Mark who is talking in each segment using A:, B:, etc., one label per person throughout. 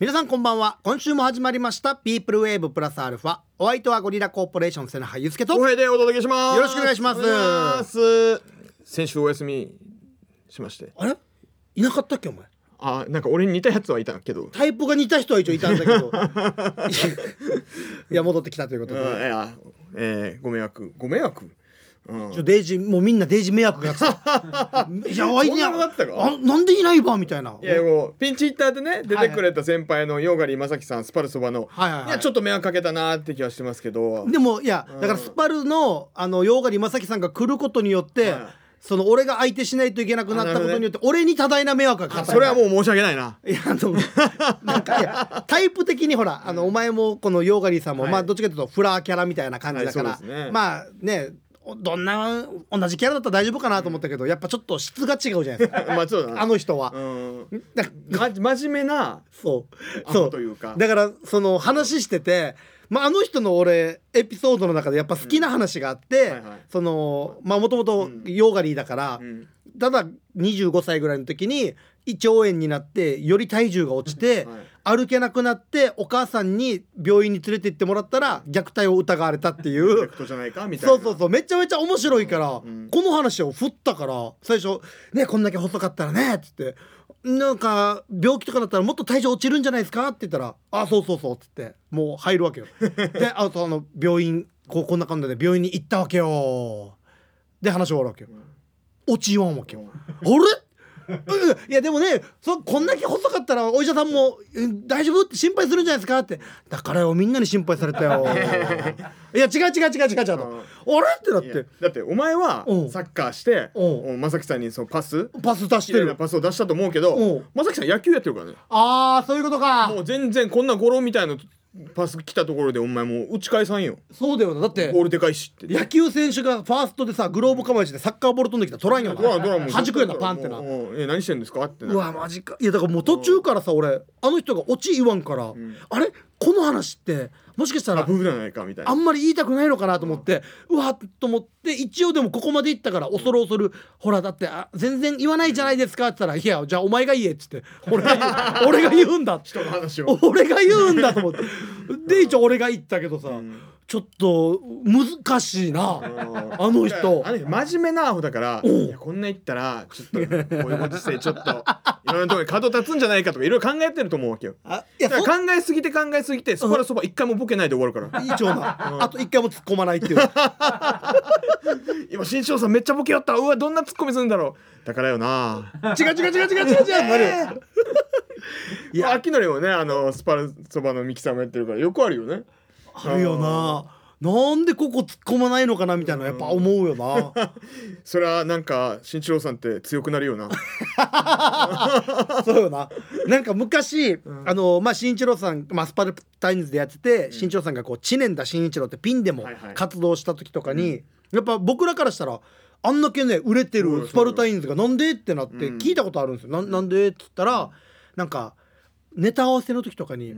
A: 皆さんこんばんは今週も始まりました「ピープルウェーブプラスアルファお相手はゴリラコーポレーション瀬中祐介と
B: 公平でお届けします。
A: よろしくお願いします
B: お願いします先週お休みしまして、
A: あれいなかったっけお前
B: あ、なんか俺に似たやつはいたけど、
A: タイプが似た人は一応いたんだけど いや戻ってきたということ
B: うん、
A: で、
B: いや、えー、ご迷惑、ご迷惑。うん
A: ちょデイジーもうみんなデイジー迷惑 がさいやおい
B: そんなのだったか
A: あなんでいないばみたいない
B: やもうピンチヒッターでね出てくれた先輩のヨガリ正樹さんスパルそばの、
A: はいはいはい
B: やちょっと迷惑かけたなーって気はしてますけど
A: でもいやだからスパルのあのヨーガリ正樹さんが来ることによって、
B: うん
A: その俺が相手しないといけなくなったことによって、俺に多大な迷惑がかかった
B: それはもう申し訳ない ない
A: やあのなんかいやタイプ的にほらあのお前もこのヨーガリーさんも、
B: はい
A: まあどっちかというとフラーキャラみたいな感じだから、
B: はいそうですね
A: まあねおどんな同じキャラだったら大丈夫かなと思ったけど、やっぱちょっと質が違うじゃないですか
B: まあちょっとな
A: あの人は
B: う。ん
A: だ
B: ま真面目な
A: そう
B: ア
A: そ
B: ホ
A: う
B: というか
A: だからその話してて、まあ、あの人の俺エピソードの中でやっぱ好きな話があって、
B: うんはいはい
A: そのまあもともとヨーガリーだから、
B: うん
A: ただ25歳ぐらいの時に胃腸炎になってより体重が落ちて、歩けなくなってお母さんに病院に連れて行ってもらったら虐待を疑われたってい
B: はい、
A: う
B: 人じゃないかみたいな
A: そうそうそうめちゃめちゃ面白いから、
B: ん
A: この話を振ったから最初「ねこんだけ細かったらね」っつって「なんか病気とかだったらもっと体重落ちるんじゃないですか?」って言ったら「あそうそうそう」っつってもう入るわけ よ。であとあの病院こうこんな感じで病院に行ったわけよ。で話終わるわけよ。落ちよんわけよ。あれうんいやでもねそこんだけ細かったらお医者さんも「うん大丈夫?」って心配するんじゃないですかってだからよみんなに心配されたよいや違う違う違う違う違うとあれってなっ
B: いや
A: て
B: だってお前は
A: うん
B: サッカーして
A: う
B: 正樹さんにそのパス
A: パス出し
B: 綺
A: て
B: 麗な
A: る
B: パスを出したと思うけ
A: う
B: ど
A: ん
B: 正樹さん野球やってるからね
A: ああそういうことか
B: もう全然こんなゴロみたいなパス来たところでお前もう打ち返さんよ
A: そうだよなだって
B: ボールでかいしって
A: 野球選手がファーストでさグローブ構えしてサッカーボール飛んできたらトライよ
B: ドラドラも
A: な弾くよなパンってな
B: うんうんえ何してんですかってな
A: うわマジかいやだからもう途中からさ俺あの人がオチ言わんから、あれこの話ってもしかした
B: あ
A: ら
B: ブーじゃないかみたい
A: あ
B: なん
A: まり言いたくないのかなと思って、うわっと思って一応でもここまで行ったから恐る恐る、ほらだってあ全然言わないじゃないですかって言ったら「いやじゃあお前が言え」っつって「俺が 俺が言うんだ」って
B: 人の話を
A: 俺が言うんだと思ってで一応俺が言ったけどさ、
B: ん
A: ちょっと難しいな、あの人
B: あの人真面目なアホだからいやこんな言ったらちょっとこういうご時世ちょっといろんなところに角立つんじゃないかとかいろいろ考えてると思うわけよ
A: あいや
B: だ
A: そ
B: から考えすぎて考えすぎてスパラそば一回もボケないで終わるから
A: いい長男、あと一回も突っ込まない っていう
B: 今新庄さんめっちゃボケよったうわどんなツッコミするんだろうだからよ な
A: 違う違う違う違う違う違うなるよい
B: い
A: や
B: や秋のりもねあのスパルそばのミキさんもやってるからよくあるよね
A: あるよななんでここ突っ込まないのかなみたいなやっぱ思うよな
B: それはなんか新庄さんって強くなるよな
A: そうよな。なんか昔、あのまあ新一郎さん、まあスパルタインズでやってて、新一郎さんがこう知念だ新一郎ってピンでも
B: はいはい
A: 活動した時とかに、やっぱ僕らからしたら。あんだけね売れて
B: そうよ
A: るスパルタインズがなんでってなって
B: うん
A: 聞いたことあるんですよ。なんなんでって言ったらなんかネタ合わせの時とかに、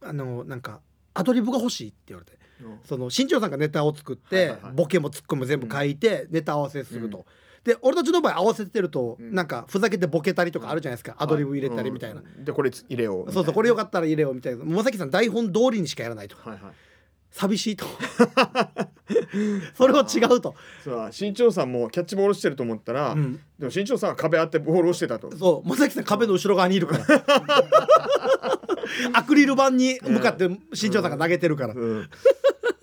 A: あのなんかアドリブが欲しいって言われてその新庄さんがネタを作って、
B: はいはいはい
A: ボケもツッコミも全部書いて、ネタ合わせすると、で俺たちの場合合わせてると、
B: ん
A: なんかふざけてボケたりとかあるじゃないですか、アドリブ入れたりみたいな、
B: うんでこれ入れよう
A: そうそうこれよかったら入れようみたいな正樹さん台本通りにしかやらないと
B: はいはい
A: 寂しい とそれは違うと
B: そうだ新庄さんもキャッチボールしてると思ったら、
A: ん
B: でも新庄さんは壁あってボールをしてたと
A: そう正樹さん壁の後ろ側にいるから アクリル板に向かって新庄さんが投げてるから、
B: うん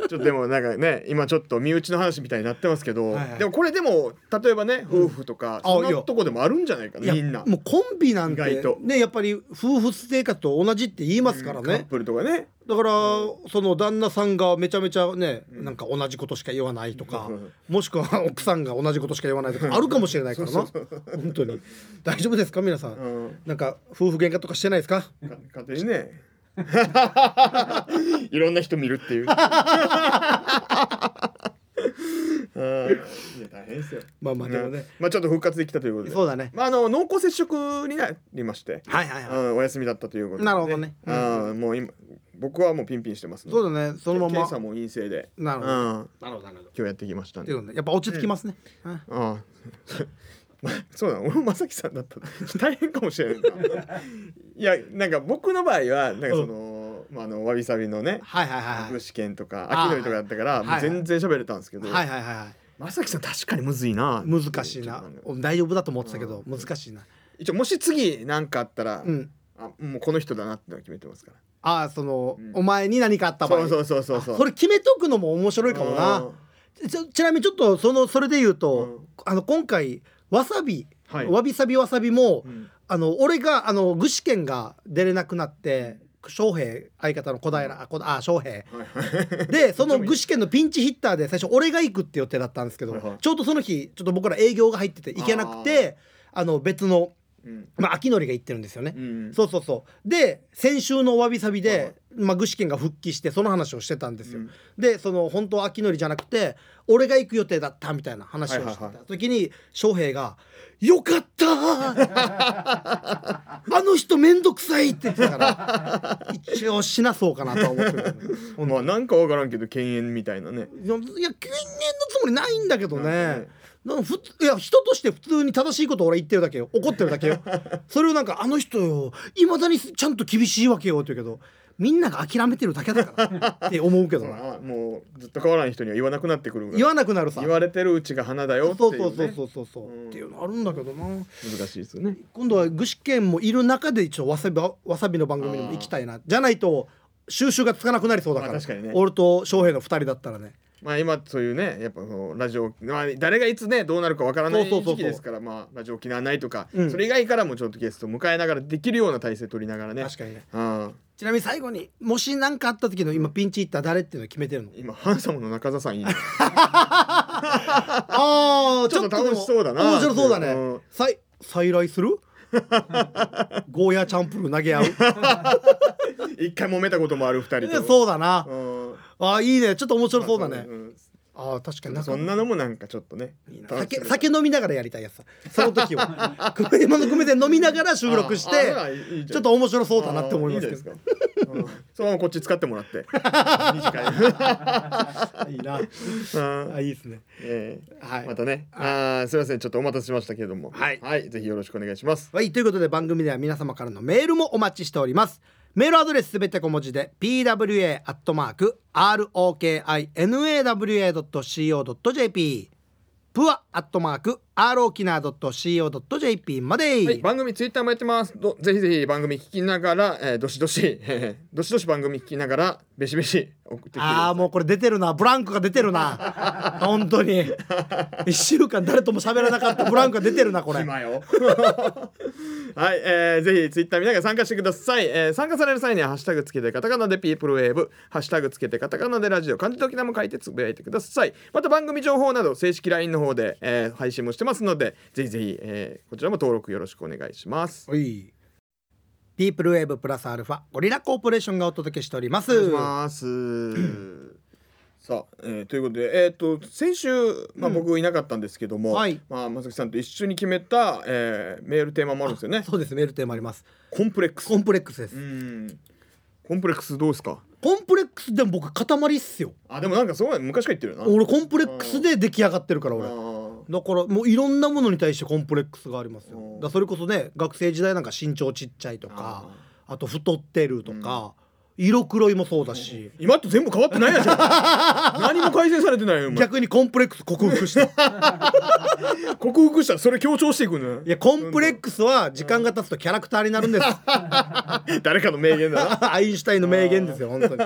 B: ちょっとでもなんかね今ちょっと身内の話みたいになってますけ
A: は
B: ど、
A: いはい
B: でもこれでも例えばね夫婦とか、
A: あ
B: そ
A: い
B: ん
A: い
B: な
A: よ
B: とこでもあるんじゃないか
A: い
B: な
A: や
B: みんな、
A: もうコンビなん
B: 意外
A: て
B: と
A: ねやっぱり夫婦生活と同じって言いますから
B: カ
A: ね
B: ップルとかね
A: だから、その旦那さんがめちゃめちゃね、なんか同じことしか言わないとか、
B: そうそう
A: もしくは奥さんが同じことしか言わないとかあるかもしれないからな本当に大丈夫ですか皆さん、
B: うん
A: なんか夫婦喧嘩とかしてないですか
B: か勝手に ねいろんな人見るっていううんいや大変ですよ
A: まあまあでもね、
B: まあちょっと復活できたということで
A: そうだね
B: まあ、あの濃厚接触になりまして、
A: はいはいはい、
B: うんお休みだったということで、
A: なるほどね
B: うんもう今僕はもうピンピンしてますね
A: そうだねそのま
B: 検
A: ま
B: 査も陰性で
A: なるほど
B: うん
A: なるほどなるほど
B: 今日やってきました
A: ってい
B: ね
A: うのでやっぱ落ち着きますね、うん
B: ああそうなの俺 もまさきさんだったら大変かもしれないないやなんか僕の場合はなんかその、まあ、あのわびさびのね
A: はいはいはい
B: 試験とか
A: あー
B: 秋のりとかだった
A: は
B: から
A: いはい
B: もう全然喋れたんですけど、
A: はいはいはいはい
B: まさきさん確かにむずいな
A: 難しいな大丈夫だと思ってたけど
B: うん
A: 難しいな
B: 一応もし次何かあったら、
A: うん
B: あもうこの人だなってのは決めてますから
A: ああその、
B: うん
A: お前に何かあった場合
B: そうそうそうそう
A: あそれ決めとくのも面白いかもなちょちなみにちょっとそのそれで言う
B: う
A: と、
B: ん
A: あの今回わさび、
B: はい
A: わびさびわさびも、
B: うん
A: あの俺があの具志堅が出れなくなって翔平相方の小平あこあ翔平
B: はいはい
A: でその具志堅のピンチヒッターで最初俺が行くって予定だったんですけど、
B: はいはい
A: ちょうどその日ちょっと僕ら営業が入ってて行けなくてあの別の、
B: うん
A: まあ、秋のりが行ってるんですよね
B: う。ん
A: そうそうそうで先週のおわびさび
B: はいは
A: で
B: い、
A: まあ、具志堅が復帰してその話をしてたんですよ、
B: うん
A: でその本当は秋のりじゃなくて俺が行く予定だったみたいな話をして
B: はい
A: た
B: はいは
A: 時に翔平が「よかった ーあの人めんどくさい!」って言ってたから一応しなそうかなとは思ってるけどね
B: まあなんかわからんけど犬猿みたいなね
A: いやいや権限のつもりないんだけど
B: なん
A: ね
B: かね。
A: なんかふついや人として普通に正しいことを俺言ってるだけよ怒ってるだけ よそれをなんかあの人よいまだにちゃんと厳しいわけよって言うけどみんなが諦めてるだけだからって思うけど な
B: まあもうずっと変わらん人には言わなくなってくるから
A: 言わなくなるさ
B: 言われてるうちが花だよってい
A: そう
B: う、ね、
A: そうそうそうそうそう、
B: うん
A: っていうのあるんだけどな
B: 難しいですよね
A: 今度は具志堅もいる中で一応わさびわさびの番組にも行きたいなじゃないと収集がつかなくなりそうだから,、
B: まあ確かにね
A: 俺と翔平の2人だったらね
B: まあ今そういうねやっぱそのラジオ、まあ、誰がいつねどうなるかわからない
A: そうそうそうそう
B: 時期ですからまあラジオ沖縄ないとか、
A: うん
B: それ以外からもちょっとゲストを迎えながらできるような体制取りながらね
A: 確かにね
B: ああ
A: ちなみに最後にもし何かあった時の今ピンチヒッター誰っていうの決めてるの
B: 今ハンサムの中澤 さんいいね
A: ああ
B: ちょっと楽しそうだな
A: 面白そうだ
B: う
A: ね
B: ん
A: さい再来す るゴーヤーチャンプルー投げ合う
B: 一回揉めたこともある二人と
A: そうだな
B: うん
A: あーいいねちょっと面白そうだね
B: ん
A: あー確かに
B: そんなのもなんかちょっとね楽し
A: 酒
B: み
A: 酒飲みながらやりたいやつさその時 は今の米で飲みながら収録し
B: ああ
A: て
B: ならいいいいじゃない
A: ちょっと面白そうだなって思いますけど
B: あーいいじゃないですかうんそのままこっち使ってもら って短回
A: いいな
B: うん
A: あいいですね
B: ええ
A: はい
B: またねあーすいませんちょっとお待たせしましたけれども
A: はい
B: ぜひよろしくお願いします
A: はい、ということで番組では皆様からのメールもお待ちしております。メールアドレスすべて小文字で pwa.rokinawa.co.jp プアアットマーク rokina.co.jp まで、
B: はい、番組ツイッターもやってますどぜひぜひ番組聞きながら、えー、どしどし、 えー、どしどし番組聞きながらべしべし送ってきてくだ
A: あ
B: さ
A: あもうこれ出てるなブランクが出てる な本当に1週間誰とも喋らなかったブランクが出てるなこ
B: い
A: れ
B: 暇よ はい、えー、ぜひツイッター見ながら参加してください、えー、参加される際には「ハッシュタグつけてカタカナでピープルウェーブ」「ハッシュタグつけてカタカナでラジオ」漢字ときなも書いてつぶやいてくださいまた番組情報など正式 LINE の方で、えー、配信もしてますのでぜひぜひ、えー、こちらも登録よろしくお願いします
A: はいピープルウェーブプラスアルファゴリラコーポレーションがお届けしております
B: お願いします。 さあ、えーということで、えっ、と先週まあ僕いなかったんですけども、
A: はい
B: まあまさきさんと一緒に決めた、えーメールテーマもあるんですよね。
A: そうですメールテーマあります
B: コンプレックス。
A: コンプレックスです
B: うん。コンプレックスどうですか。
A: コンプレックスでも僕塊っすよ
B: あでもなんかそうだね昔から言ってるな。
A: 俺コンプレックスで出来上がってるから俺
B: あ
A: だ
B: ー
A: からもういろんなものに対してコンプレックスがありますよ
B: うん
A: だからそれこそね学生時代なんか身長ちっちゃいとかあと太ってるとか、色黒いもそうだし、
B: 今と全部変わってないやしょ 何も改善されてないよお前
A: 逆にコンプレックス克服した い
B: 克服したらそれ強調していくのよ
A: やコンプレックスは時間が経つとキャラクターになるんです
B: 誰かの名言だ な
A: アインシュタインの名言ですよ本当に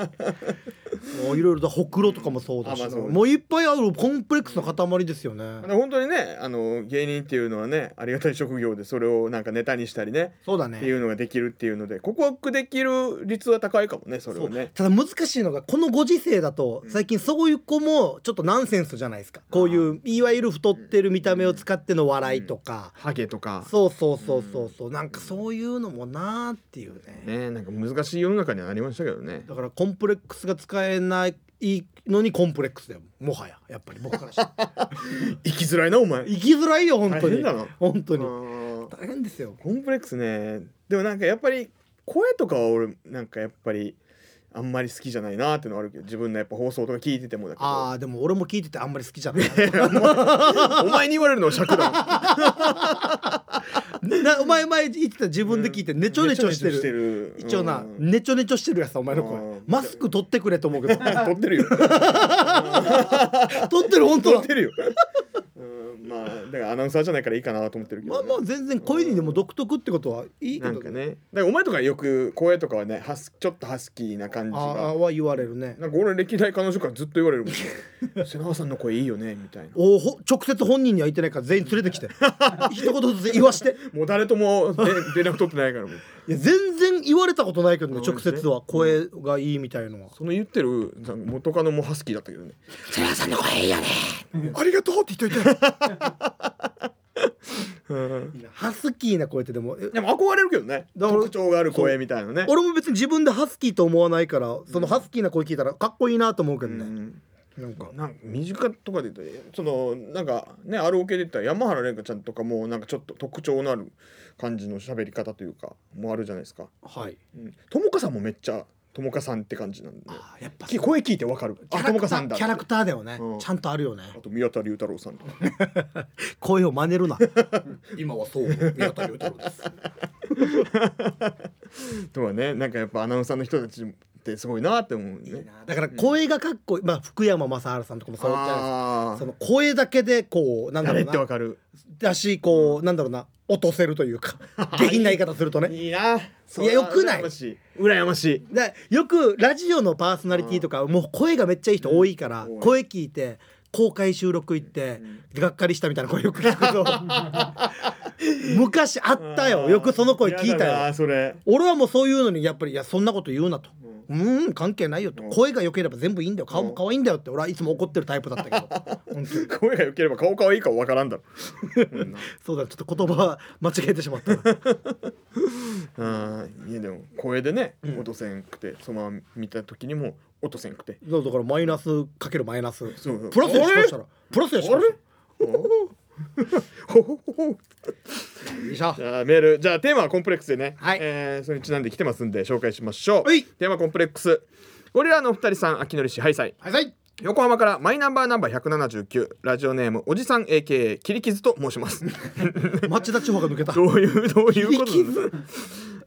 A: もういろいろとほくろとかもそうだし、
B: あまあそう
A: もういっぱいあるコンプレックスの塊ですよね、
B: あの本当にねあの芸人っていうのはねありがたい職業でそれをなんかネタにしたりね
A: そうだ
B: ってい
A: ね
B: うのができるっていうので克服できる率は高いかもねそれをね
A: ただ難しいのがこのご時世だと最近そういう子もちょっとナンセンスじゃないですかこういういわゆる太ってる見た目を使っての笑いとか、
B: ハゲとか
A: そうそうそうそうそうなんかそういうのもなーっていうね
B: ねなんか難しい世の中にはなりましたけどね
A: だからコンプレックスが使えないのにコンプレックスだよもはややっぱり僕からしたら
B: 生きづらいなお前
A: 生きづらいよ本当
B: 大
A: に
B: 変だな
A: 本当に
B: うん
A: 大変ですよ
B: コンプレックスねでもなんかやっぱり声とかは俺なんかやっぱりあんまり好きじゃないなってのはあるけど自分のやっぱ放送とか聞いててもだけど
A: ああでも俺も聞いててあんまり好きじゃ ない
B: お前に言われるのは尺 だ
A: なお前前言ってた自分で聞いてねちょねちょしてる
B: る
A: 一応な
B: うん
A: ねちょねちょしてるやつだお前の
B: う
A: 声
B: ん
A: マスク取ってくれと思 うけど
B: 撮ってるよ
A: 取ってる本当
B: 撮
A: だ
B: ってるようんまあだからアナウンサーじゃないからいいかなと思ってるけど
A: まあまあ全然声にでも独特ってことはいいけ
B: な
A: ど
B: んかねだからお前とかよく声とかはねハスちょっとハスキーな感じ
A: あーあー
B: が
A: は言われるね
B: なんか俺歴代彼女からずっと言われるもん ね瀬川さんの声いいよねみたいな
A: おほ直接本人には言ってないから全員連れ てきて一言ずつ言わして
B: もう誰ともね連絡取ってないからもう
A: いや全然言われたことないけどね
B: うん
A: 直接は声がいいみたいのは
B: その言ってるなんか元カノもハスキーだったけどね
A: 「瀬川さんの声いいよね
B: ありがとうって言っといて。うん」
A: ハスキーな声ってでもえ
B: でも憧れるけどね。
A: だから
B: 特徴がある声みたいなね。
A: 俺も別に自分でハスキーと思わないからそのハスキーな声聞いたらかっこいいなと思うけ
B: う
A: どね
B: ん
A: なんか
B: なんか身近とかで言うとそのなんかねアルオケで言ったら山原蓮香ちゃんとかもなんかちょっと特徴のある感じの喋り方というかもあるじゃないですか。
A: はい
B: うん友香さんもめっちゃ友香さんって感じなんで。
A: あーやっぱ
B: き声聞いてわかる。
A: キ
B: あ
A: ャラ
B: 友
A: ク
B: 香
A: タ
B: さん
A: ー
B: だ。
A: キャラクターだよね
B: うん
A: ちゃんとあるよね
B: あと宮田龍太郎さんとか。
A: 声を真似るな今はそう宮田龍太郎 です
B: とはねなんかやっぱアナウンサーの人たちってすごいなって思うね。
A: だから声がかっこいいまあ福山雅治さんとかもそうじゃないですか
B: あ
A: そ
B: あ。
A: の声だけでこうなんだろ
B: 誰
A: う
B: って
A: な
B: わかる。
A: だしこうなんだろうな落とせるという か下品な言い方するとね
B: いいな。
A: いやよくない
B: 羨ましい。羨ましい。
A: でよくラジオのパーソナリティとかもう声がめっちゃいい人多いから
B: うん
A: 声聞いて公開収録行ってがっかりしたみたいな声よく聞く と昔あったよよくその声聞いた
B: やだ
A: よ
B: なそれ。
A: 俺はもうそういうのにやっぱりいやそんなこと言うなと。うーん関係ないよと
B: うん
A: 声が良ければ全部いいんだよ顔
B: う
A: も
B: ん
A: 可愛いんだよって俺はいつも怒ってるタイプだったけど 本当に
B: 声が良ければ顔可愛いかわからんだろ。
A: そうだちょっと言葉間違えてしまったな
B: うん。いやでも声でね落とせんくてそのまま見た時にも落とせんくて。
A: そうだからマイナスかけるマイナス
B: そうそう
A: プラスやしましたらプラスやしまし
B: ほほほほ
A: たらよいしょ
B: じゃあメールじゃあテーマはコンプレックスでね、
A: はい
B: えーそれにちなんで来てますんで紹介しましょう、
A: はい
B: テーマコンプレックスゴリラのお二人さん秋典市ハイサイ
A: はいはい
B: 横浜からマイナンバーナンバー179ラジオネームおじさん AKA 切り傷と申します
A: 町田地方が抜けた
B: どういうどういうこと
A: 切り
B: ですか、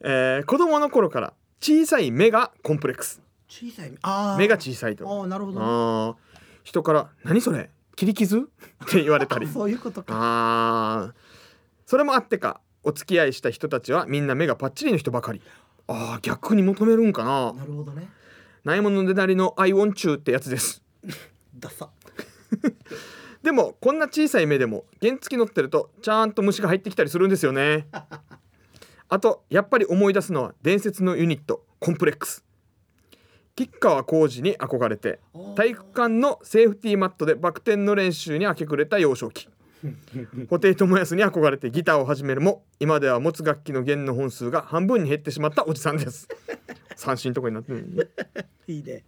B: えー子供の頃から小さい目がコンプレックス
A: 小さいああ
B: 目が小さいと
A: ああなるほどね
B: あー人から「何それ切り傷?」って言われたり
A: そういうことか
B: あーそれもあってかお付き合いした人たちはみんな目がパッチリの人ばかりあー逆に求めるんかな
A: なるほどね
B: ないものでなりの「アイオンチュー」ってやつです
A: ダサ
B: でもこんな小さい目でも原付き乗ってるとちゃんと虫が入ってきたりするんです よねあとやっぱり思い出すのは伝説のユニットコンプレックス吉川浩司に憧れて
A: あー
B: 体育館のセーフティーマットでバク転の練習に明け暮れた幼少期布袋寅泰に憧れてギターを始めるも今では持つ楽器の弦の本数が半分に減ってしまったおじさんです三振とかになってるのにね
A: いいね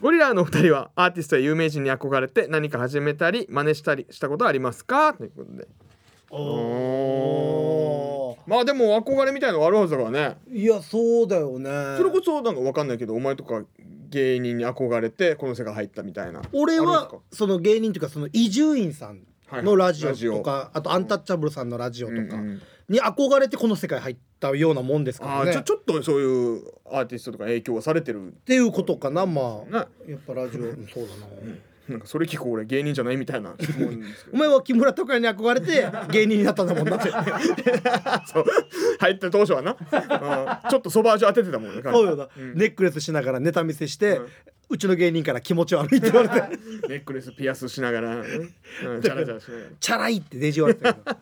B: ゴリラのお二人はアーティストや有名人に憧れて何か始めたり真似したりしたことはありますかということで
A: お
B: まあでも憧れみたいのがあるはずだからね
A: いやそうだよね
B: それこそなんか分かんないけどお前とか芸人に憧れてこの世界入ったみたいな
A: 俺
B: あるん
A: は
B: ですか
A: その芸人というかその伊集院さんのラジオとか、
B: は
A: あとアンタッチャブルさんのラジオと
B: うんうん
A: かに憧れてこの世界入ったようなもんですか
B: あ
A: らね。
B: あちょ
A: っ
B: ちょっとそういうアーティストとか影響はされてる
A: ていうことかなまあ
B: ね
A: やっぱラジオうんそうだな。
B: なんかそれ聞く俺芸人じゃないみたいな質問ですけ
A: お
B: ど
A: 前は木村拓哉に憧れ て芸人になったんだもんな。
B: そう入った当初 はな、うんちょっとそば味当ててたもんね彼
A: そうよな、ネックレスしながらネタ見せして、うちの芸人から気持ち悪いって言われ て
B: ネックレスピアスしながら、うん、チャラチャラしながら。
A: チャラいってデジ言われてたよな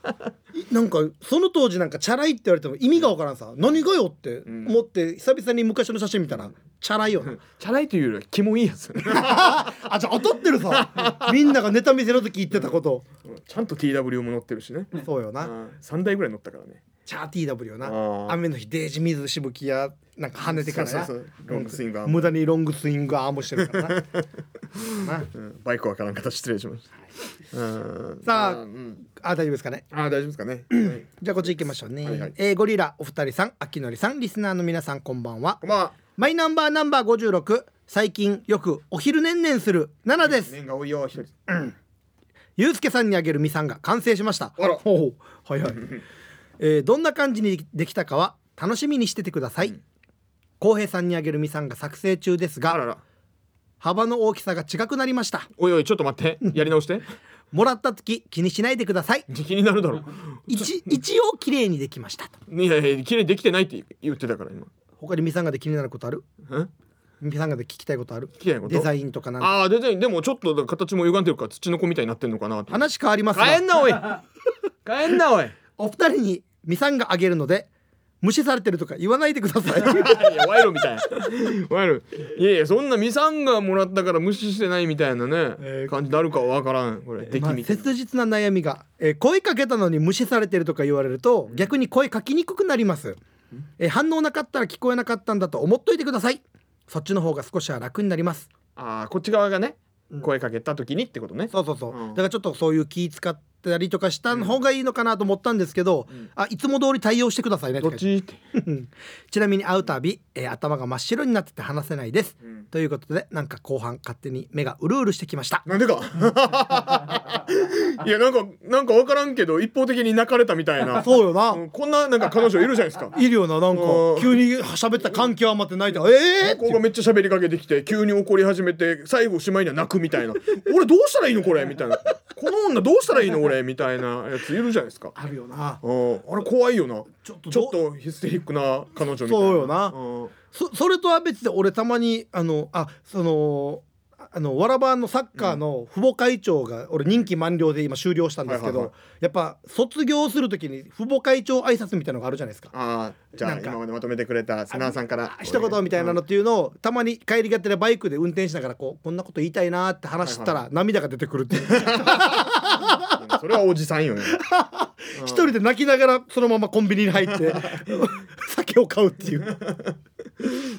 A: なんかその当時なんかチャラいって言われても意味がわからんさ何がよって思って久々に昔の写真見たらチャラいよな。
B: チャラいというよりはキモいやつ
A: あじゃあ当たってるさみんながネタ見せの時言ってたこと
B: ちゃんと TW も乗ってるしね
A: そうよな
B: 3台ぐらい乗ったからね
A: チャー TW よ
B: あ
A: な
B: ー
A: 雨の日デージ水しぶきやなんか跳ねてからや
B: そうそうそうロングスイングアーム
A: 無駄にロングスイングアームしてるからな な
B: うんバイクわからん方失礼しましたうん
A: さあ
B: うん
A: あ大丈夫ですかね
B: あー大丈夫ですかね
A: じゃあこっち行きましょうね、
B: はいはい
A: えーゴリラお二人さん秋のりさんリスナーの皆さんこんばんは
B: こんばんは
A: マイナンバーナンバー56最近よくお昼ねんねんする7です
B: 年が多いよ一人
A: ゆうすけさんにあげるみさんが完成しました
B: あら
A: ほうほうはいはい、えーどんな感じにできたかは楽しみにしててください浩、平さんにあげるみさんが作成中です
B: あら
A: が
B: ら
A: 幅の大きさが違くなりました
B: おいおいちょっと待ってやり直 して
A: もらった時気にしないでくだ さい
B: 気になるだろ
A: 一一応綺麗にできましたと
B: いやいや綺麗にできてないって言ってたから今
A: 他にみさんがで気になることある
B: え
A: みさんがで聞きたいことある
B: 聞きたいこと
A: デザインとかなんか
B: ああデザインでもちょっと形も歪んでるから土の子みたいになってんのかなって
A: 話変わりますが
B: 変えんな おい変えんなおいい
A: お二人にミさんがあげるので無視されてるとか言わないでくださ い
B: や賄賂みたいな賄賂いやいやそんなミサンがもらったから無視してないみたいなね、
A: えー
B: 感じになるかわからんこれ出来
A: まあ
B: みたいな、
A: 切実な悩みが、えー声かけたのに無視されてるとか言われると逆に声かきにくくなります、えー反応なかったら聞こえなかったんだと思っといてくださいそっちの方が少しは楽になります
B: ああこっち側がね
A: うん
B: 声かけた時にってことね、
A: そうそうそう、
B: うん
A: だからちょっとそういう気使ったりとかした方がいいのかなと思ったんですけど、
B: うん
A: あいつも通り対応してくださいね
B: どっちって、
A: ちなみに会うたび、えー頭が真っ白になってて話せないです
B: うん
A: ということでなんか後半勝手に目がうるうるしてきました
B: なんでか いやなんかなんか分からんけど一方的に泣かれたみたいな
A: そうよな、
B: うんこんななんか彼女いるじゃないですか
A: いるよななんか
B: うん
A: 急に喋った関係余って泣いてええー、
B: ここがめっちゃ喋りかけてきて急に怒り始めて最後しまいには泣くみたいな「俺どうしたらいいのこれ」みたいな「この女どうしたらいいの俺」みたいなやついるじゃないですか。
A: あるよな
B: うんあれ怖いよな
A: ちょっとど
B: ちょっとヒステリックな彼女みたいな
A: そうよな
B: うん
A: そそれとは別で俺たまにあのあそのああのわらばのサッカーの父母会長が俺任期満了で今終了したんですけど、
B: はいはい
A: やっぱ卒業する時に父母会長挨拶みたいなのがあるじゃないですか
B: あーじゃあ
A: なんか
B: 今までまとめてくれた瀬名さんから
A: 一言みたいなのっていうのをたまに帰りがてらバイクで運転しながらこうこんなこと言いたいなーって話した
B: は
A: ら涙が出てくるっていう
B: うんそれはおじさんよね
A: 一人で泣きながらそのままコンビニに入って 酒を買うっていう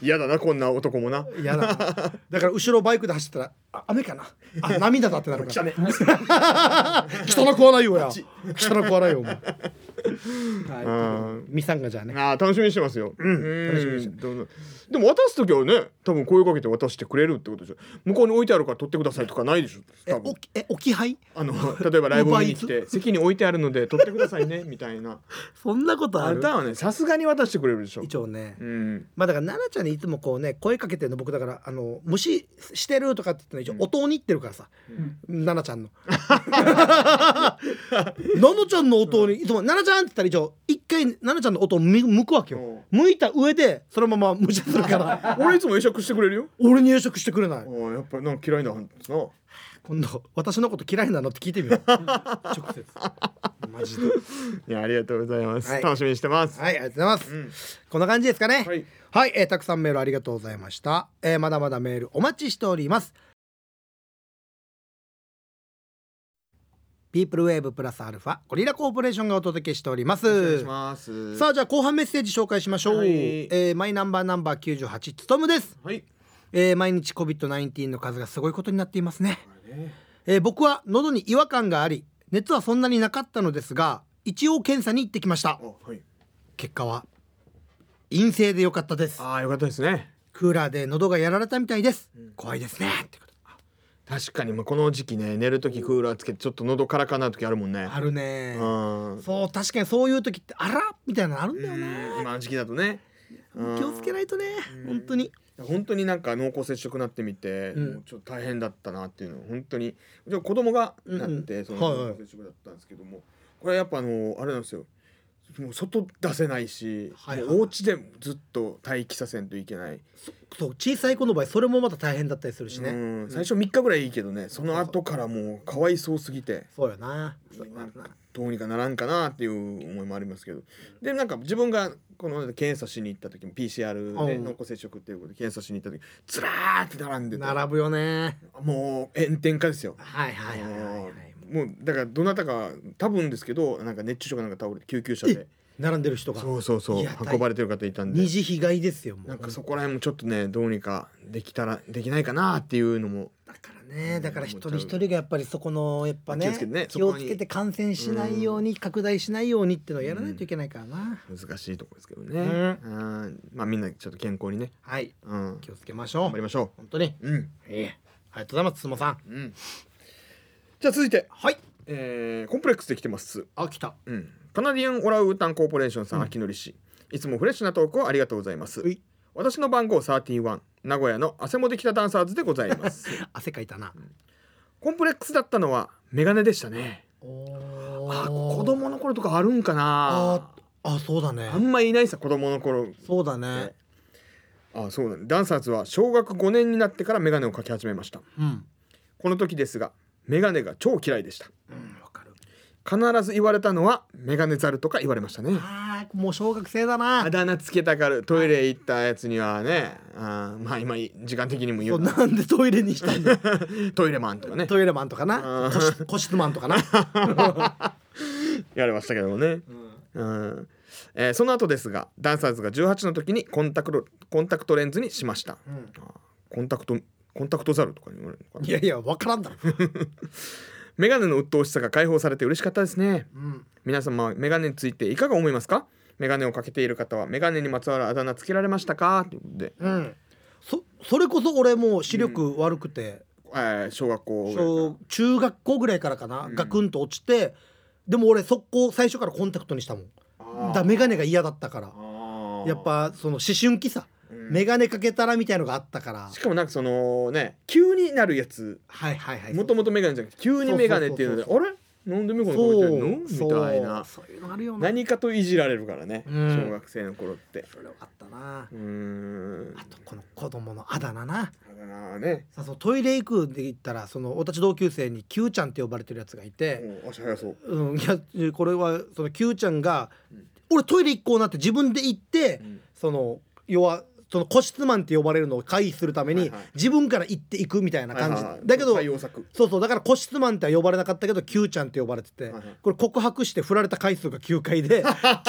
B: 嫌だなこんな男もな
A: 嫌だなだから後ろバイクで走ったらあ雨かな あ涙だってなるから
B: ね
A: 人の子はないよや
B: ち
A: 人の子はないよお前はい
B: ん
A: ミさんがじゃあね
B: あー楽しみにしてますよ。うん
A: 楽しみにして
B: どうぞでも渡す時はね、多分声かけて渡してくれるってことでしょ。向こうに置いてあるから取ってくださいとかないでしょ。
A: え
B: 多
A: お
B: 分
A: きえ置き配
B: あの例えばライブ見に来て席に置いてあるので取ってくださいねみたい な。
A: そんなこと
B: あんたはね、さすがに渡してくれるでしょ。
A: 一応ね
B: うん。
A: まあだから奈々ちゃんにいつもこうね声かけてるの僕だからあの無視してるとかって言ってのは一応音に行ってるからさ奈々、ちゃんの 奈々ちゃんの音にいつも奈々ちゃんって言ったら一応一回奈々ちゃんの音を向向くわけよ向いた上でそのまま無視するから
B: 俺いつも会釈してくれるよ。
A: 俺に会釈してくれない
B: あーやっぱりなんか嫌いなんですな。
A: 今度私のこと嫌いなのって聞いてみよ う直接マジで
B: いやありがとうございます。
A: はい
B: 楽しみにしてます。
A: はいありがとうございます、こんな感じですかね
B: はい、
A: えーたくさんメールありがとうございました、えーまだまだメールお待ちしておりますピープルウェーブプラスアルファゴリラコーポレーションがお届けしておりま
B: お願い
A: す
B: します。
A: さあじゃあ後半メッセージ紹介しましょう、
B: はい
A: えーマイナンバーナンバー98つとむです、
B: はい。
A: えー毎日 COVID-19 の数がすごいことになっていますね
B: これね
A: えー僕は喉に違和感があり熱はそんなになかったのですが一応検査に行ってきました
B: あはい。
A: 結果は陰性で良かったです
B: ああよかったですね。
A: クーラーで喉がやられたみたいです、
B: ん
A: 怖いですねってこと
B: 確かにまあこの時期ね寝る時クーラーつけてちょっと喉からかな時あるもんね。
A: あるね
B: うん。
A: そう確かにそういう時ってあらみたいなのあるんだよね
B: 今の時期だとね。。
A: 気をつけないいとね
B: うん
A: 本当に
B: 本当になんか濃厚接触なってみて、
A: うん
B: もうちょっと大変だったなっていうのを本当に。じゃ子供が
A: うん
B: な
A: う
B: っ
A: ん
B: て、その
A: はいはい
B: 濃厚接触だったんですけども、これやっぱあのあれなんですよ。もう外出せないし、
A: はいはい
B: もうお家でもずっと待機させんといけない。
A: そう小さい子の場合それもまた大変だったりするしね、
B: うん、最初3日ぐらいいいけどね、その後からもうかわいそうすぎて。
A: そうよなそうよな
B: なんかどうにかならんかなっていう思いもありますけどでなんか自分がこの検査しに行った時も PCR で
A: うん
B: 濃厚接触っていうことで検査しに行った時ずらーって並んでて
A: 並ぶよね
B: もう炎天下ですよ。
A: はいはいはいはいはい
B: もうだからどなたか多分ですけどなんか熱中症かなんか倒れて救急車で
A: 並んでる人が
B: そうそうそ
A: いうや大
B: 運ばれてる方いたんで
A: 二次被害ですよもう
B: なんかそこら辺もちょっとねどうにかできたらできないかなっていうのも
A: だからねだから一人一人がやっぱりそこのやっぱね
B: 気をつけてね
A: 気をつけて感染しないように拡大しないようにっていうのをやらないといけないからな、
B: 難しいところですけどね、
A: う
B: うんまあみんなちょっと健康にね、
A: はい
B: うん、
A: 気をつけましょう
B: 頑張りましょ
A: 本当に
B: ううん
A: ええありがとうございますつもさん
B: うんじゃあ続いて、
A: はい
B: えーコンプレックスできてます
A: あ来た
B: うん、カナディアンオラウータンコーポレーションさん、秋のり氏いつもフレッシュなトークをありがとうございます
A: うい
B: 私の番号31名古屋の汗もできたダンサーズでございます
A: 汗かいたな、
B: コンプレックスだったのはメガネでしたね
A: お
B: あ子供の頃とかあるんか
A: あ
B: な
A: あそうだね
B: あんまいないさ子供の頃
A: そうだね
B: あそうだ、ね、ダンサーズは小学5年になってからメガネをかけ始めました
A: うん
B: この時ですがメガネが超嫌いでした
A: うんわかる
B: 必ず言われたのはメガネザルとか言われましたね
A: あーもう小学生だな
B: あだ名つけたからトイレ行ったやつにはねあーまあ今時間的にも言
A: そう
B: う
A: なんでトイレにした んだ
B: トイレマンとかね
A: トイレマンとかな個室個室マンとかな、
B: やれましたけどもね、うんえーその後ですがダンサーズが18の時にコンタクトコンタクトレンズにしました
A: うん
B: あーコンタクトコンタクトザルとかに言われるのか
A: い
B: な
A: やいやわからんだろ、
B: メガネの鬱陶しさが解放されて嬉しかったですね
A: うん、
B: 皆様はメガネについていかが思いますかメガネをかけている方はメガネにまつわるあだ名つけられましたかということで、
A: うん、そそれこそ俺もう視力悪くて、
B: えー小学校ぐらいから
A: 小中学校ぐらいからかな、
B: うん
A: ガクンと落ちてでも俺速攻最初からコンタクトにしたも
B: あ
A: ん
B: ー
A: だ眼鏡が嫌だったから
B: あー
A: やっぱその思春期さ
B: うん
A: 眼鏡かけたらみたいのがあったから、
B: しかもなんかそのね急になるやつ
A: はいはいはい
B: もともとメガネじゃなくて急にメガネっていうので
A: そう
B: あれなんでメガネかけて
A: そ
B: るの
A: う
B: みたいな
A: そうそういうのあるよな
B: 何かといじられるからね、
A: うん
B: 小学生の頃って
A: それよかったな
B: うーん
A: あとこの子供のあだ名な
B: あだなね
A: さあそのトイレ行くで言ったらその私同級生に Q ちゃんって呼ばれてるやつがいて、
B: もう足早そう
A: うん、いやこれはその Q ちゃんが、
B: ん
A: 俺トイレ行こうなって自分で行って、
B: うん
A: その要はその個室マンって呼ばれるのを回避するために、
B: はいはい
A: 自分から行っていくみたいな感じ、
B: はいはいはい
A: だけど
B: 対 応策
A: そうそうだから個室マンっては呼ばれなかったけど Q ちゃんって呼ばれてて、
B: はいはい
A: これ告白して振られた回数が9回 で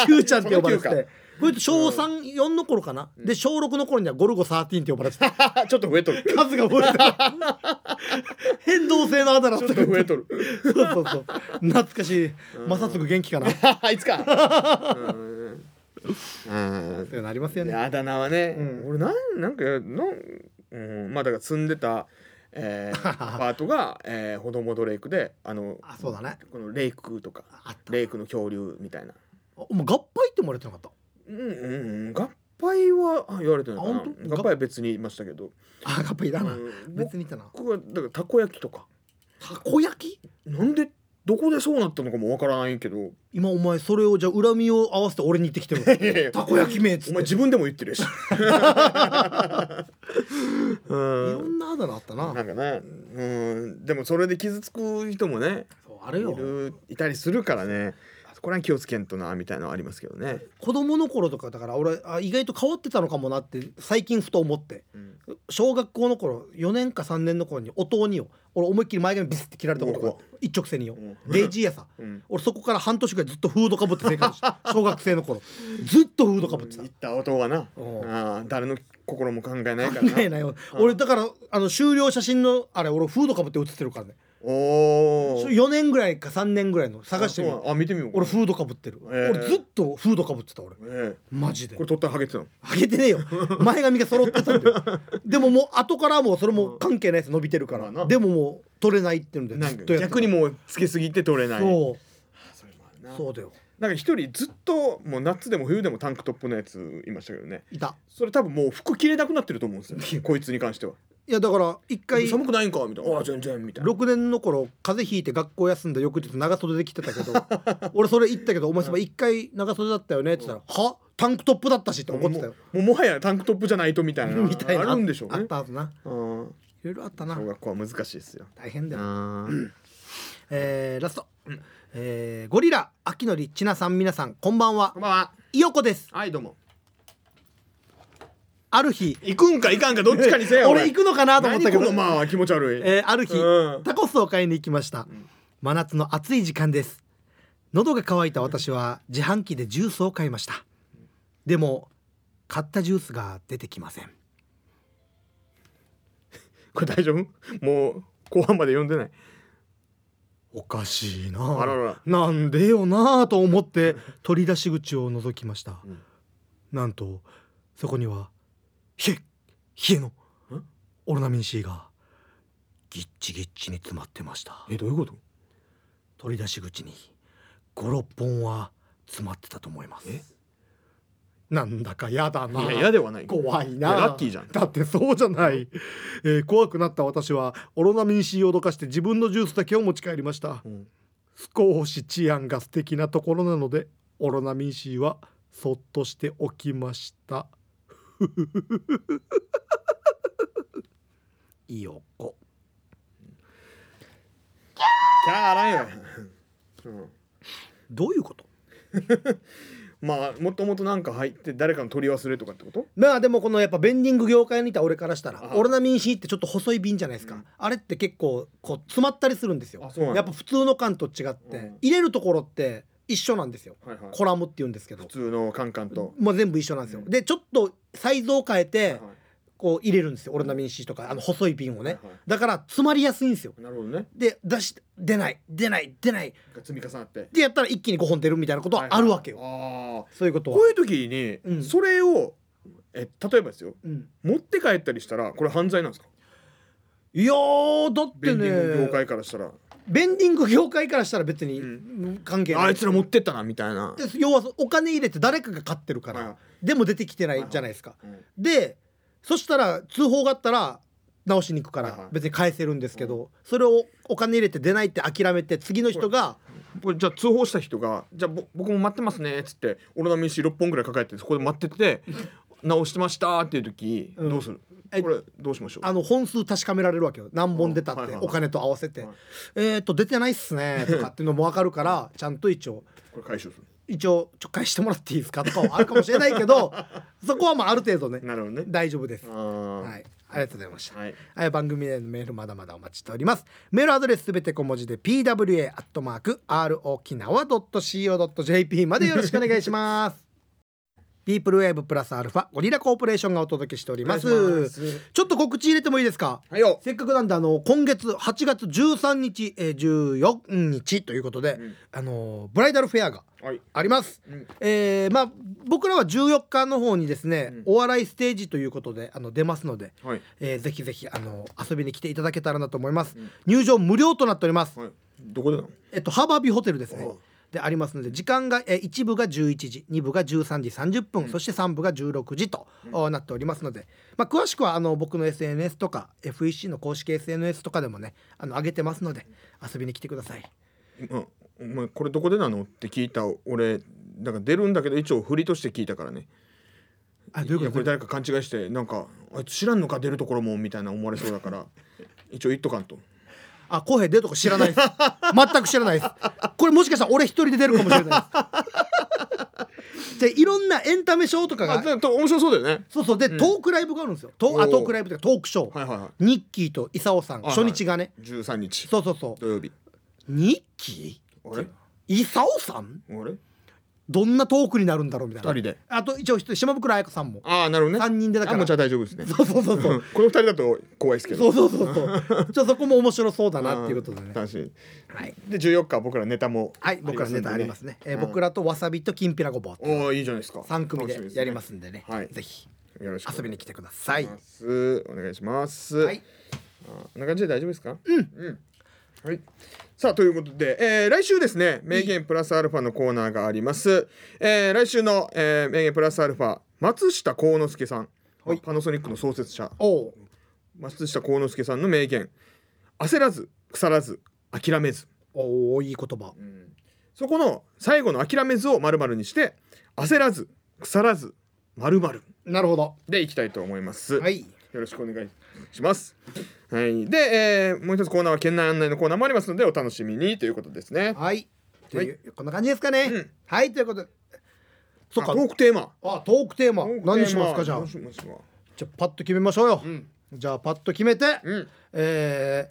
A: Q ちゃんって呼ばれて
B: その9
A: て
B: か
A: これと小34の頃かな、で小6の頃にはゴルゴ13って呼ばれて て
B: ちょっと増えとるち
A: 数が増えた変動性のあだ名
B: ょっと増 えとる
A: そうそうそう。懐かしい。まさつぐ元気かな。っ
B: あいつか うーんあ
A: てなりますよ
B: ー
A: ね。
B: あだ名はね、
A: うん
B: 俺なんなんかなん、うん、まあだから住んでた、えー アパートが、えー、ほどもどレイクであの
A: あ、そうだね。
B: このレイクとか
A: あった。
B: レイクの恐竜みたいな
A: おもう合杯ってもられてなかった。
B: うんうんうん合杯はあ言われてないか
A: あ
B: な
A: 本当
B: 合杯は別にいましたけど
A: あ、合杯いらない。
B: うん
A: 別にいたな。
B: 僕はだからたこ焼きとか
A: たこ焼き。
B: なんでどこでそうなったのかもわからないけど
A: 今お前それをじゃあ恨みを合わせて俺に言ってきて
B: いやい
A: る。
B: や
A: たこ焼き名っつ
B: お
A: っ
B: 前
A: て。
B: 自分でも言っ てるしう
A: いろ
B: ん
A: んなあだ名あった
B: な
A: な。
B: んかねうんでもそれで傷つく人もね
A: そうあれ
B: い
A: よ。
B: るいたりするからねそこら辺気をつけんとなみたいなのはありますけどね、
A: 子供の頃とかだから俺あ意外と変わってたのかもなって最近ふと思って
B: うん
A: 小学校の頃4年か3年の頃に弟によ俺思いっきり前髪ビスって切られたことが一直線によ
B: うん
A: デイジーやさ
B: うん、
A: 俺そこから半年ぐらいずっとフードかぶって生活して た小学生の頃ずっとフードかぶってた
B: 言った音はな
A: おう
B: あー誰の心も考えないか
A: 考
B: ら
A: えないよ俺だからあの終了写真のあれ俺フードかぶって写ってるからね
B: おお
A: 4年ぐらいか3年ぐらいの探してみよう
B: あ見てみよう
A: 俺フードかぶってる、
B: えー
A: 俺ずっとフードかぶってた俺
B: え
A: マジで
B: えこれ取ったらハゲてたの
A: あげて ねえよ前髪が揃ってたんででももう後からはもうそれも関係ないです伸びてるか
B: ま
A: ら、
B: あな
A: でももう取れないっていうので
B: な
A: ず
B: ん
A: っ
B: か
A: とやってた
B: 逆にもうつけすぎて取れない
A: そう
B: それもあるな
A: そうだよ
B: なんか一人ずっともう夏でも冬でもタンクトップのやついましたけどね
A: いた
B: それ多分もう服着れなくなってると思うんですよこいつに関してはい
A: やだから一回
B: 寒くないんかみたいなああ全然みたいな
A: 6年の頃風邪ひいて学校休んだ翌日長袖で来てたけ ど俺それ言ったけど「お前様一回長袖だったよね」って言ったら「はタンクトップだったし」って怒ってたよ
B: もうもうもはやタンクトップじゃないとみたいな
A: みたいな
B: あるんでしょうね
A: あったはずな
B: うん
A: いろいろあったな
B: 小学校は難しいですよ
A: 大変だよ、
B: あ
A: えー、ラスト、えーゴリラ秋のりちなさん皆さんこんばんは
B: こんばんは
A: イヨコです
B: はいどうも
A: ある日
B: 行くんか行かんかどっちかにせよ
A: 俺行くのかなと思ったけ
B: 何
A: ど
B: このまあは気持ち悪い、
A: えーある日、
B: うん
A: タコスを買いに行きました、真夏の暑い時間です喉が渇いた私は自販機でジュースを買いましたでも買ったジュースが出てきません
B: これ大丈夫もう後半まで読んでない
A: おかしいな
B: あららら
A: なんでよなあと思って取り出し口を覗きました、
B: うん
A: なんとそこにはひえひえのオロナミン C がぎっちぎっちに詰まってました
B: えどういうこと
A: 取り出し口に56本は詰まってたと思います
B: え
A: なんだかやだない
B: や嫌ではない
A: 怖いない
B: やラッキーじゃん
A: だってそうじゃない、えー怖くなった私はオロナミン C をどかして自分のジュースだけを持ち帰りました
B: うん
A: 少し治安が素敵なところなのでオロナミン C はそっとしておきましたふふふふふいいおこ
B: キャーあらんよ、 うん
A: どういうこと
B: まあもともとなんか入って誰かの取り忘れとかってこと
A: まあでもこのやっぱベンディング業界にいた俺からしたら
B: あ
A: オロナミン C ってちょっと細い瓶じゃないですか、
B: うん
A: あれって結構こう詰まったりするんですよ
B: あそうなんだ
A: やっぱ普通の缶と違って、
B: うん
A: 入れるところって一緒なんですよ
B: はいはい
A: コラムって言うんですけど
B: 普、通のカンカンと、
A: まあ、全部一緒なんですよ、
B: うん
A: でちょっとサイズを変えて
B: はい
A: こう入れるんですよオロナミン C とかあの細い瓶をね
B: はいは
A: だから詰まりやすいんですよ
B: いなるほどね
A: で出し出ない出ない出ない
B: が積み重なって
A: でやったら一気に5本出るみたいなこと
B: はい
A: は
B: はい
A: あるわけよ、
B: あ
A: そういうこと
B: ー
A: は
B: こういう時に、
A: うん
B: それをえ例えばですよ
A: うん、
B: 持って帰ったりしたらこれ犯罪なんですか
A: いやーだっ
B: ベ
A: て
B: ンディング業
A: ね
B: 界からしたら、
A: ベンディング業界からしたら別に
B: う
A: 関係ない、
B: あいつら持ってったなみたいな、
A: で要はお金入れて誰かが買ってるから、
B: は
A: でも出てきてないじゃないですか、でそしたら通報があったら直しに行くか
B: はいはい
A: ら別に返せるんですけど、それをお金入れて出ないって諦めて次の人が
B: い、これじゃあ通報した人が「じゃあぼ僕も待ってますね」っつってオロナミン C 6本ぐらい抱えてそこで待ってて「直してました」っていう時、
A: うん
B: どうする
A: え
B: これどうしましょう
A: あの本数確かめられるわけよ何本出た
B: は
A: っ
B: い
A: て
B: はいはい
A: お金と合わせて、
B: はい
A: えっ、と出てないっす ねとかっていうのも分かるからちゃんと一応
B: これ回収する
A: 一応ちょっと返してもらっていいですかとかはあるかもしれないけどそこはまあある程度ね
B: なるほどね
A: 大丈夫です
B: あ。ー
A: はい、ありがとうございました。
B: はい
A: はい、番組へのメールまだまだお待ちしております。メールアドレスすべて小文字で pwa.rokinawa.co.jp までよろしくお願いします。 ピープルウェーブプラスアルファゴリラコーポレーションがお届けしております。
B: お願いします
A: ちょっと告知入れてもいいですか
B: はいよ
A: せっかくなんであの今月8月13日、えー、14日ということで、
B: ん
A: あのブライダルフェアが
B: はい
A: あります、
B: うん
A: えーまあ僕らは14日の方にですね、
B: うん
A: お笑いステージということであの出ますので、
B: はい
A: えーぜひぜひあの遊びに来ていただけたらなと思います、
B: うん
A: 入場無料となっております、
B: はいどこでなの
A: えっとハーバービューホテルですね
B: おう
A: でありますので時間が、えー、1部が11時2部が13時30分、そして3部が16時と、おなっておりますので、まあ、詳しくはあの僕の SNS とか FEC の公式 SNS とかでもねあの上げてますので遊びに来てください
B: うん、お前これどこでなのって聞いた俺なんか出るんだけど一応振りとして聞いたからね
A: あどう
B: い
A: い
B: や
A: う
B: こ
A: こ
B: れ
A: と
B: 誰か勘違いしてなんかあいつ知らんのか出るところもみたいな思われそうだから一応言っとかんと
A: あ浩平出るとこ知らないです全く知らないですこれもしかしたら俺一人で出るかもしれ ないですじゃあいろんなエンタメショーとかが
B: あでも面白そうだよね
A: そうそうで、トークライブがあるんですよト
B: おー
A: ーあトークライブというかトークショー、
B: はいはいはい
A: ニッキーとイサオさん
B: はい
A: 初日がね、
B: 13日
A: そうそうそ
B: 土曜日
A: うニッキ
B: あれ
A: ーイサオさん
B: あれ
A: どんなトークになるんだろうみたい
B: 二
A: な
B: 人で
A: あと一応一人島袋彩子さんも
B: ああなるほどね
A: 三人でだから
B: あもうじゃあ大丈夫ですね
A: そうそうそうそうう ん
B: この二人だと怖いですけ
A: そ
B: ど
A: うそうそうそうちょっとそこも面白そうだなっていうことで
B: ん
A: ね
B: 楽しい
A: はい、
B: で14日僕らネタも
A: はい、僕らネタありますね、えー僕らとわさびときんぴらごぼうっていう
B: おおいいじゃないですか
A: 三組
B: 楽しみ
A: です
B: ね
A: やりますんでね
B: はい
A: ぜひ
B: よろしく
A: 遊びに来てください。
B: お願いします。
A: はい
B: あーこんな感じで大丈夫ですか？うん。はい。さあということで、えー来週ですね名言プラスアルファのコーナーがあります。えー来週の、えー名言プラスアルファ松下幸之助さん、パナソニックの創設者
A: おう
B: 松下幸之助さんの名言焦らず腐らず諦めず
A: おーいい言葉。
B: そこの最後の諦めずを丸々にして焦らず腐らず丸々
A: なるほど。
B: でいきたいと思います。
A: はい。
B: よろしくお願いします。はい、で、えーもう一つコーナーは県内案内のコーナーもありますので、お楽しみにということですね。
A: はい。という、こんな感じですかね。はい、ということで。そっ
B: あ
A: か
B: ト。ークテーマ。
A: あ、トークテーマ
B: トークテ。ーマ
A: 何にしますか、じゃあ
B: どう。しましょ
A: じゃあ、パッと決めましょうよ
B: う。うん。
A: じゃあ、パッと決めて。
B: うん。
A: え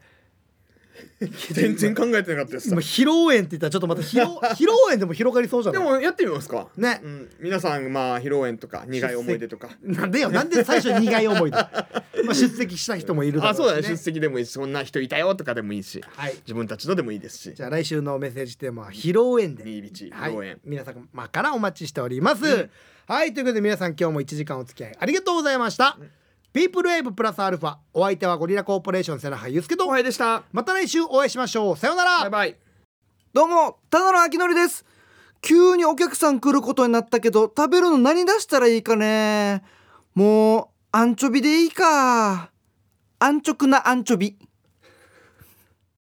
B: 全然考えてなかったで
A: ー
B: す
A: 今。披露宴って言ったら、ちょっと また披露、披露宴でも広がりそうじゃ
B: で
A: ない。
B: もやってみますか。
A: ね
B: うん、皆さんまあ披露宴とか苦い思い出とか。
A: なんでよ、なんで最初苦い思い出。まあ、出席した人もいるだろ
B: あ
A: うし、
B: そうだね出席でもいいしそんな人いたよとかでもいいし
A: はい
B: 自分たちのでもいいですし
A: じゃあ来週のメッセージテーマは披露宴で
B: 新道
A: は
B: 応援
A: い、皆様からお待ちしております、はいということで皆さん今日も1時間お付き合いありがとうございました、ピープルウェーブプラスアルファお相手はゴリラコーポレーションセナハユスケと
B: おはようでした
A: また来週お会いしましょうさようなら
B: バイバイ
C: どうも、ただのあきのりです。急にお客さん来ることになったけど、食べるの何出したらいいかね。もう、アンチョビでいいか。安直なアンチョビ。